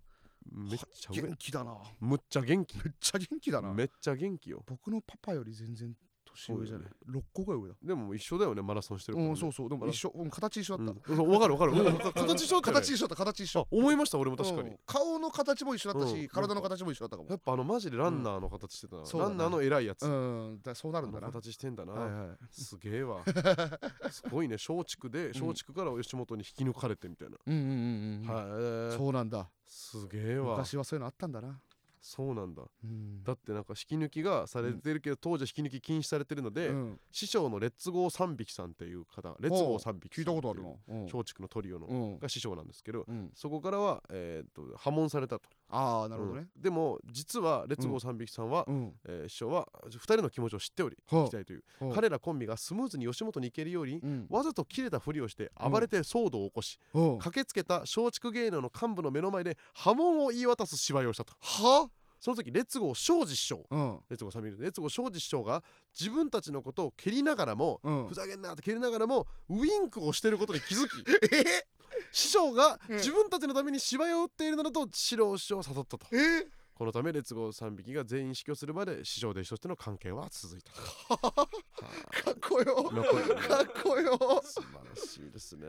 めっちゃ上元気だなめっむっちゃ元気ちゃ元気だなめっちゃ元気よ僕のパパより全然年上じゃない、そ6個ぐらい上だでももう一緒だよねマラソンしてるからねうんそうそうでも一緒うん形一緒だった、うんそうわかるわかるうん形一緒だったよね形一緒だった形一あ緒思いました俺も確かに、うん顔の形も一緒だったし、うん体の形も一緒だったかやもっぱあのマジでランナーの形してたな、そうだラなンナーの偉いやつ、うんだそうなあるんだのな形してんだな、はいはいすげえ わすごいね松竹でん松竹から吉本に引き抜かれてみたいな、うんうんうんうん、はい、そうなんだすげえわ昔はそういうのあったんだな、そうなんだうんだってなんか引き抜きがされてるけど、当時は引き抜き禁止されてるので、うん師匠のレッツゴー三匹さんっていう方レッツゴー三匹聞さんいたことあるなうん松竹のトリオの、うんが師匠なんですけどうんそこからは、えー、と破門されたとああなるほどねうんでも実はレッツゴー三匹さんは、うんえー師匠は2人の気持ちを知っておりはあ聞きたいというほう彼らコンビがスムーズに吉本に行けるようにうんわざと切れたふりをして暴れて騒動を起こし、うん駆けつけた松竹芸能の幹部の目の前で波紋を言い渡す芝居をしたとはその時レッツゴー庄司師匠うんレッツゴーサミルレッツゴー庄司師匠が自分たちのことを蹴りながらも、うんふざけんなって蹴りながらもウインクをしてることに気づき え師匠がうん自分たちのために芝居を打っているのだと四郎師匠を誘ったとええこのためレッツゴー3匹が全員死去するまで師匠弟子としての関係は続いたかっこよ残り かっこよ素晴らしいですね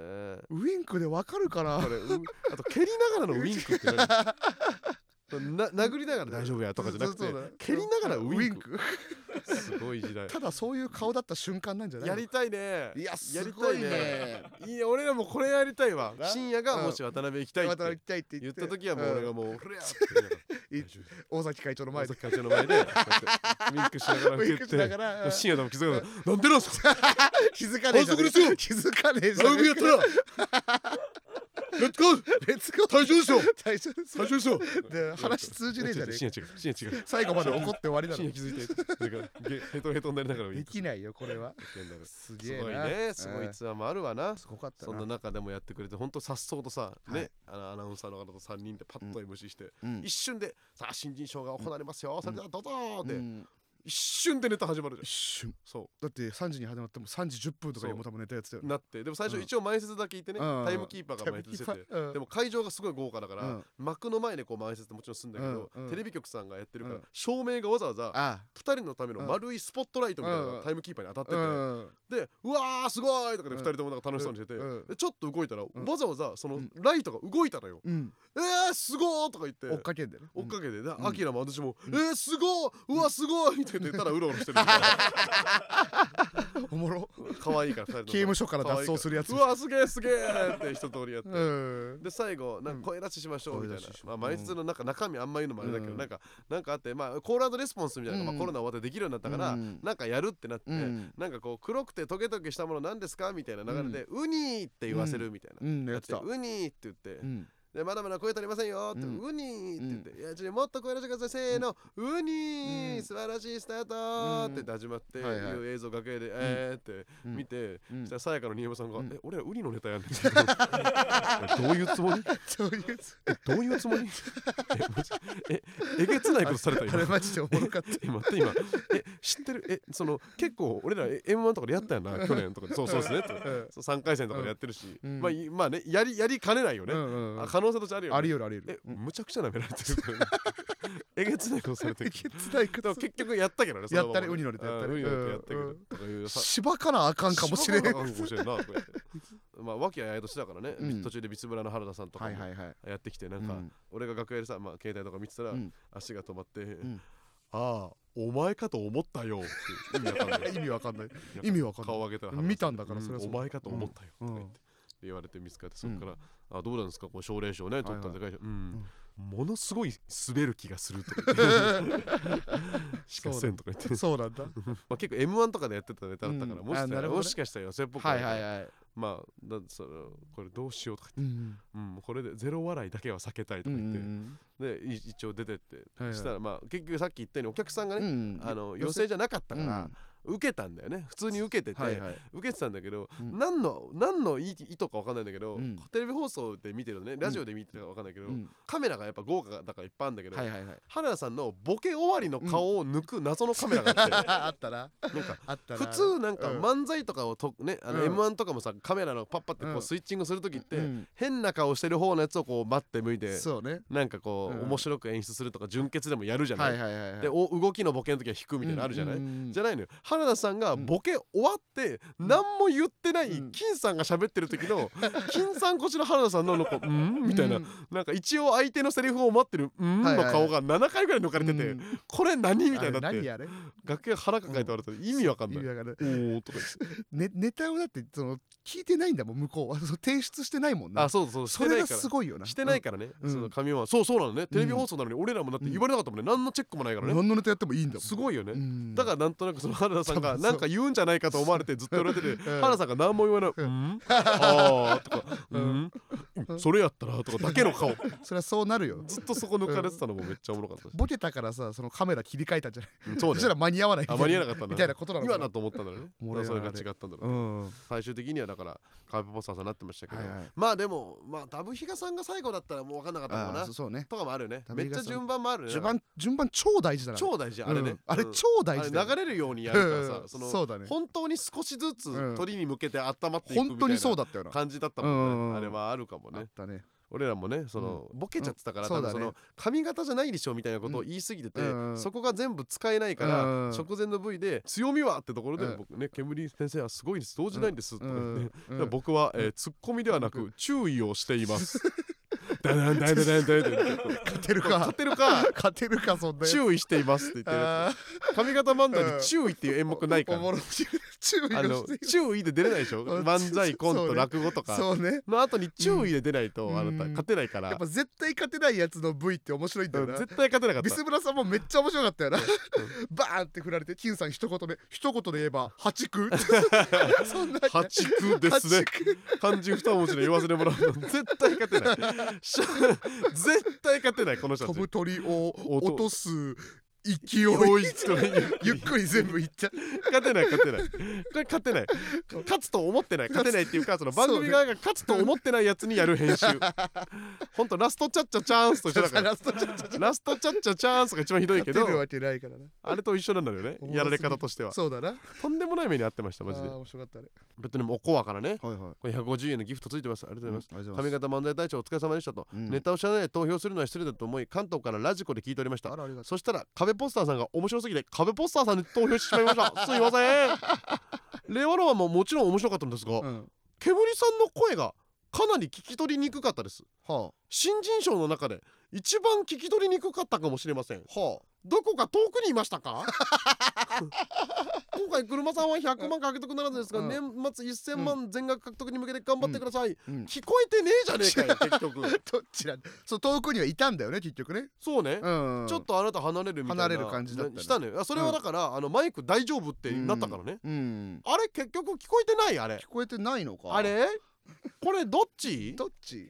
ウインクでわかるかなこれうあと蹴りながらのウインクって何な殴りながら大丈夫やとかじゃなくてそうそうだ蹴りながらウインクウインクすごい時代ただそういう顔だった瞬間なんじゃないやのりたいねいややすりごたいいねいや俺らもこれやりたいわな深夜がうんもし渡辺行きたいまった行てきたいって言言っってた時はもう俺がもう「フレア!」って言いながらい大崎会長の前前で崎会長の前でこうやってウインクしながらウイ受ンけクしながてらうん深夜でも気づかないなんでなんすか気づかねえじゃ反則ねですよ気づかねえじゃライブねやったらレッツゴーえ別個大丈夫ですよ大丈夫です大丈夫ですよで話通じねえじゃね深夜違う深夜違うえ最後まで怒って終わりだ深ろ夜気づいてそれからゲヘトヘトになりながらウイでンクきないよこれはやってんだからすすげえごいなねすごういんすツアーもあるわなごかったそんなな中でもやってくれて本当さっそうとさはねいあのアナウンサーの方と3人でパッと MC してうん一瞬でさあ新人賞が行われますよ、それではどうぞーで、うん一瞬でネタ始まるじゃん一瞬そだって3時に始まっても3時10分とかにもう多分寝たやつだようなってでも最初うん一応前説だけ言ってね、うんタイムキーパーが前説してて、うんでも会場がすごい豪華だから、うん幕の前でこう前説ってもちろんするんだけど、うんうんテレビ局さんがやってるから、うん照明がわざわざあ2人のための丸いスポットライトみたいなのうがんタイムキーパーに当たってうて、んでうわーすごいとかでう2ん人ともなんか楽しそうにしてて、うんでちょっと動いたら、んわざわざそのうんライトが動いたのよ、うんえーすごーとか言って追っかけんだよね追っかけてで、んアキラも私も「えー、すごいうわすごい!」みたいな言ったらうろうろしてるみたい なおもろ可愛いから2人刑務所から脱走するやつ可愛いからうわすげえすげえって一通りやって、うんで最後なんか声出ししましょうみたい声な出しし、まあ、毎日のなんか中身あんま言うのもあれだけど、うんなんかなんかあってまあコールレスポンスみたいなのが、うんまあ、コロナ終わってできるようになったから、うんなんかやるってなって、うんなんかこう黒くてトゲトゲしたものなんですかみたいな流れで「ウニ!」って言わせるみたいな。うんややっってたウニーって言って、うんでまだまだ声足りませんよって、うんウニーって言って、いやちょもっと声出してくださいせーの、ウニー、うん素晴らしいスタートうんって始まって、はいはいいう映像楽屋で、えーって見て、うそんしたらさやかの新山さんが、うんえ俺らウニのネタやんねんけど どういうつもりそういうどういうつ もりえマジええげつないことされたあれ今マジでおも ろかったえ待って今え知ってるえその結構俺ら M1 とかでやったよな去年とかでそうそうですねとうんそう3回戦とかでやってるし、うんまあいまあねやりやりかねないよね、うんうんうんあ可能性としてあるよねあり得るあり得える、うんむちゃくちゃなめられてるからね。 えげつないことされてえ るげけつないこど。でもと結局やったけどね。そのままやったねウニのネタやったねうんウニのネタやったけうんうどん。とかいうさしばかなあかんかもしれん芝があかんかもしれんな。とか言ってまあ、和気あいあいとしてたからね、うん途中でビスブラの原田さんとかはいもはいはいやってきて、なんか、うん俺が楽屋でさ、まあ、携帯とか見てたら、うん足が止まって、んああ、お前かと思ったよって意味わかんない。意味わかんない意味わかんない顔上げたら原田さん見たんだからうそれはそうお前かと思ったよとか言ってうん言われて見つかってそこから、あどうなんですかこう奨励賞ね取ったんでかいしうんものすごい滑る気がするとか 言ってしかせんとか言って、そうなんだ まあ、結構 m 1とかでやってたネタだったから、うんもしかしあたなら、るほどもねしかしたら寄せっぽくはいはいはいまあだそのこれどうしようとか言ってうんうん、これでゼロ笑いだけは避けたいとうか言んって、うんでい一応出てって、はいはいしたらまあ結局さっき言ったようにお客さんがうね、んあの陽性じゃなかったから、うん受けたんだよね普通に受けてて、はいはい受けてたんだけど、うん何の何の意意図か分かんないんだけど、うんテレビ放送で見てるのねラジオで見てたか分かんないけど、うんカメラがやっぱ豪華だからいっぱいあるんだけど、はいはいはい原田さんのボケ終わりの顔を抜く謎のカメラがあって、 あったななんかあったな普通なんかうん漫才とかをと、ねあのうん m 1とかもさカメラのパッパってこううんスイッチングする時って、うん変な顔してる方のやつをこう待って向いてそうねなんかこう、うん面白く演出するとか純潔でもやるじゃない、はいはいはいはいでお動きのボケの時は引くみたいなのあるじゃない、うんうんうんじゃないのよ原田さんがうんボケ終わって何も言ってないうん金さんが喋ってる時 の金さんこっちの原田さんのなんか「うん?」みたいな、うんなんか一応相手のセリフを待ってる「うん?」はいのはいは顔いが7回ぐらい抜かれてて「うんこれ何?」みたいになあっれ何てやれ楽屋腹抱えて笑ってた意味わかん意ない味。わかんないおーとか言ってねネタをだってその聞いてないんだもん向こうは その提出してないもんなあそうそうしそてなれいがからすごいよなしてないからね、うんその神尾はそうそうなのねテレビ放送なのに俺らもだって言われなかったもんね、何のチェックもないからね、何のネタやってもいいんだもんすごいいよね、ねだからなんとなくその原田さんが多分そうなんか言うんじゃないかと思われてずっと言われてて、ん原田さんが何も言わない「うんんあー」とか「ううんんそれやったら」とかだけの顔それはそうなるよずっとそこ抜かれてたのもめっちゃおもろ かったしボケたからさそのカメラ切り替えたんじゃないうんそうそしねた ら間に合わないあまりえなかかったんみたいだなことなの今かだなと思ったんだろうねおだかもろらいなそれが違ったんだろううねんは最終的にはだからカープボサーさんになってましたいけど、はいまあでもまあダブヒガさんが最後だったらもう分かんなかったのかあなーそそうねとかもあるよねダブめっヒちガゃさん順番もあるよね順番順番超大事だな超大事あれね、うんあれうん超大事だあれよ流れるようにやるからさ、うんそのそうだね本当に少しずうつん鳥に向けて温まっていくみ本た当いにそうなだったよな感じだったもんね、うんうんうんあれはあるかもあねったね俺らもねその、ボケちゃってたから、うん多分そそうだねの髪型じゃないでしょみたいなことを言い過ぎてて、うんうんそこが全部使えないから、うん直前の部位で「強みは?」ってところで、うん僕ね「煙先生はすごいです動じないんです」とかう言ってだんから僕は、えーツッコミではなうく注意をしてい ます。ダダンダダンダンダンダン勝てるか勝てるか勝てるかそんな注意していますって言ってるやつあ髪型漫才に注意っていう演目ないかおらもろい注意をあのして注意で出れないでしょ うん漫才コンそトうね落語とかそうねの後に注意で出ないとうんあなた勝てないからやっぱ絶対勝てないやつの部位って面白いんだうよんな絶対勝てなかっビたスブラさんもめっちゃ面白かったよな バーンって振られて金さん一言で一言で言えば「破 竹」そんな破竹ですね漢字二文字で言わせてもらうの絶対勝てないしゃ絶対勝てないこの人た飛ちぶ鳥を音落とす勢いおいつとねゆっくり全部いっちゃ勝てない勝てないこれ勝てない勝つと思ってない勝てないっていうかその番そう組ね側が勝つと思ってないやつにやる編集ほんとラストチャッチャチャーンスと一緒だ からラストちょっとラストチャッチャチャーンスが一番ひどいけ勝てどるわけないからなあれと一緒なんだよねおもろすぎるやられ方としてはそうだなとんでもない目に遭ってましたマジであー面白かったねベトナムおコアからねはいはいこれ150円のギフトついてますありがとうございます、ありがとうござ髪います型漫才大賞お疲れ様でしたと、うんネタを知らないで投票するのは失礼だと思い関東からラジコで聞いておりましたあらありがとそしたら壁ポスターさんが面白すぎて壁ポスターさんで投票してしまいましたすいません令和ロマンももちろん面白かったんですが、ううん煙さんの声がかなり聞き取りにくかったですは新人賞の中で一番聞き取りにくかったかもしれませんあはどこか遠くにいました か 今回車さんは100万獲得ならずですが、うん年末1000万全額獲得に向けて頑張ってください、あうん聞こえてねえじゃねえかよ結局 どっちらそう遠くにはいたんだよね結局ねそうね、うんちょっとあなた離れるみたいな離れる感じだったねしたねあそれはだから、あのマイク大丈夫ってなったからね、うんあれ結局聞こえてないあれ聞こえてないのかあれこれどっちどっち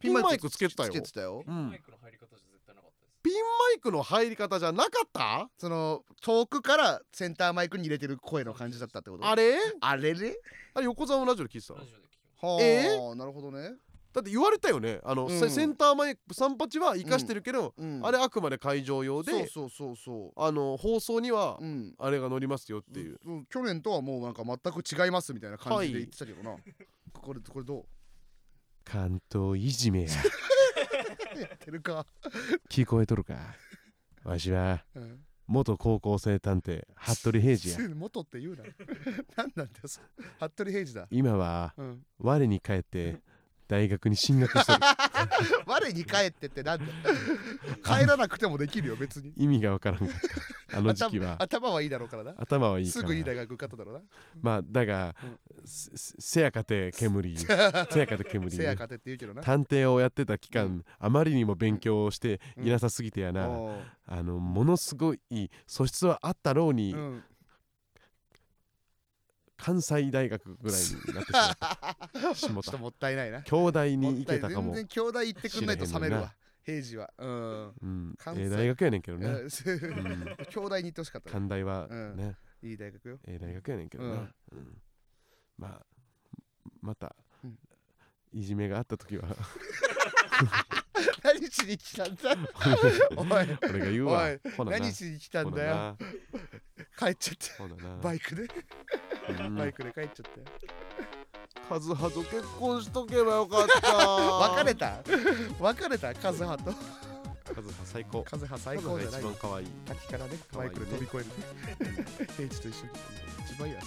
ピンマイクつけてたよつけてたようんマイクの入り方じゃ絶対なかったです。ピンマイクの入り方じゃなかったその遠くからセンターマイクに入れてる声の感じだったってことあれあれれあれ横澤のラジオで聞いてたのラジオで聞きまはあ、えなるほどね、だって言われたよねあの、うんセセンターマイク三八は生かしてるけど、うんあれあくまで会場用でそうそうそうそあの放送にはううんあれが乗りますよっていう、そ去年とはもうなんか全く違いますみたいな感じではい言ってたけどな、 これこれどう関東いじめ ややってるか、聞こえとるかわしはうん、元高校生探偵服部平 元って言うな 何なんだよそれ服部平次だ、今は うん、我に返って大学に進学して る我に帰ってってなんだよ 帰らなくてもできるよ別に意味がわからんかったあの時期頭は頭はいいだろうからな頭はいいかすらぐいい大学受かっただろうなまあだが、うんせせやかて煙 せやかて煙せやかてって言うけどな探偵をやってた期間、うあまりにも勉強をしてうんいなさすぎてやな、おうあのものすごい素質はあったろうに、うん関西大学ぐらいになってしまった しもちょたっともったいないな。兄弟にも行ったけいたかも全、然兄弟行ってくんないと冷めるわ。平時は。うん。うん関え西え大学やねんけど えね、ー兄弟に行ってほしかったな。関大はね、うんいいい大学よええ大学やねんけどな、うんまあまた、うんいじめがあった時 は何しに来たんだおい 俺が言うわおいほなな何しに来たんだよよ帰っちゃってほななバイクでうんバイクで帰っちゃったよカズハと結婚しとけばよかった 別れた別れたカズハとカズハ最高カズハ最高じゃカズハがない一番可愛い滝からねバイクで飛び越えるね平地と一緒に一番いいや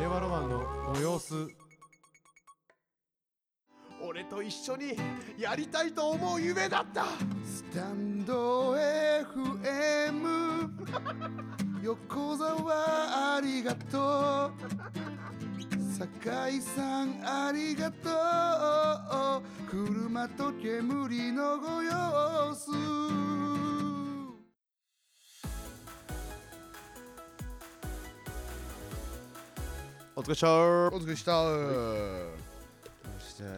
令和ロマンのご様子俺と一緒にやりたいと思う夢だったスタンド FM 横澤ありがとう酒井さんありがとう車と煙のご様子お疲れっしたーお疲れした、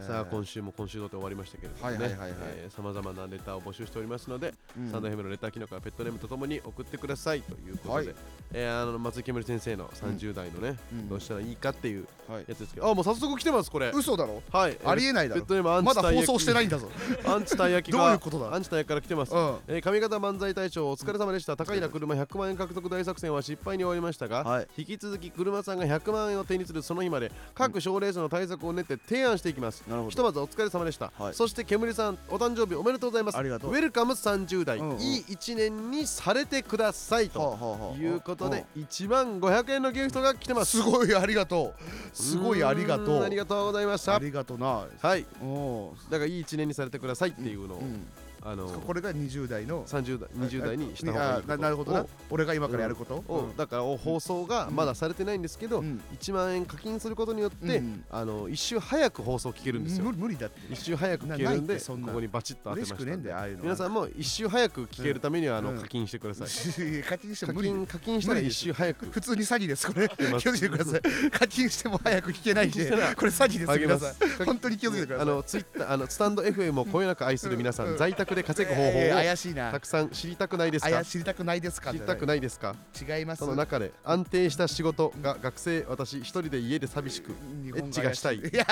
さあ今週週も今週度で終わりましたけれどもはねいはいはいはいさまざまなレターを募集しておりますので、サンドヘムのレターキノコはペットネームとともに送ってくださいということで、はいえーあの松井けむり先生の30代のね、どうしたらいいかっていうはいやつですけど、あもう早速来てますこれ嘘だろはいありえないえだーペろットネームアンまチだたい放焼き送してないんだぞアンチたい焼きどういうがことだアンチたい焼きから来てますうんえー上方漫才大賞お疲れ様でした、高いな車100万円獲得大作戦は失敗に終わりましたが、はい引き続き車さんが100万円を手にするその日まで各賞レースの対策を練って提案していきます、なるほひとまずお疲れ様でした、はいそして煙さんお誕生日おめでとうございますありがとうウェルカム30代、うんうんいい1年にされてくださいということで1万500円のギフトが来てますすごいありがとうすごいありがとんうありがとうございましあたりがとうなはいおだからいい1年にされてくださいっていうのを、ーうんあのこれが20代の30代20代にした方がいいこあとななるほどなを俺が今からやることをだからお放送がまだされてないんですけど、うん1万円課金することによって、うんあの1周早く放送聞けるんですよ無無理だって一周早く聞けるんなないっでてそんなここにバチッと当て嬉まししたくねえんだよああいうの皆さんも一周早く聞けるためにはあのうん課金してください、 課金して課も無理金課金したら無理一です周早く普通に詐欺で すこれ気まをすつけてください課金しても早く聞けないん課金 でしたらこれ詐欺ですあげ皆まさんす本当に気をつけてくださあいのツイッターあのスタンド FM をこよなく愛する皆さうんん在宅で稼ぐ方いや法をいや怪しいなたくさん知りたくないですあかや知りたくないですか知りたくないですかじゃない違いますその中で安定した仕事が学生私一人で家で寂しく日エ本ッチがしたい怪しいや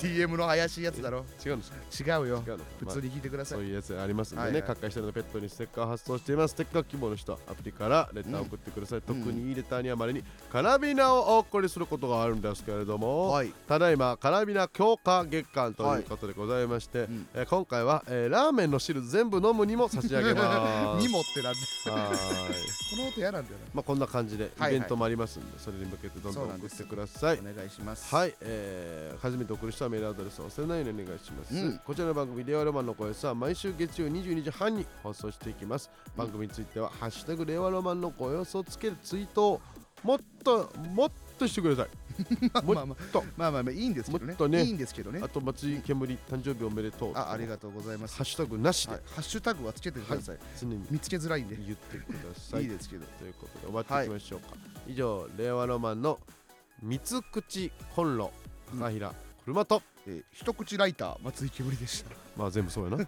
TM の怪しいやつだろ 違うんですか違うよ違うのか普通に聞いてくださそいういうやつありますんでね、はいはい各界してのペットにステッカーを発送しています。ステッカー希望の人はアプリからレターを送ってください。特にいいレターにはまれにカラビナをお送りすることがあるんですけれども、はいただいまカラビナ強化月間ということでございまして、んえー今回は、えーラーメンの汁全部飲むにも差し上げ ます。 にもってなんではーい。この音嫌なんだよまあこんな感じでイはいベントもありますんで、それに向けてどんどそうんなん送でっすてください。なお願いしますはいい、えー、初めて送る人はメールアドレスを忘れないようにお願いします、うんこちらの番組「令和ロマンの声」さ毎週月曜22時半に放送していきます番組については「ハッシュタグ令和ロマンの声」をつけるツイートをもっともっとしてくださいも まあっまとまあまあまあいいんですけどもねっとねいいんですけどねあと松井煙誕生日おめでとうあありががとうございますハッシュタグなしはいでハッシュタグはつけてください常に見つけづらいんで言ってくださいいいですけどということで終わっていきましょうか、以上令和ロマンの三つ口コンロうん高平車と、えー一口ライター松井けぶりでしたまあ全部そうやな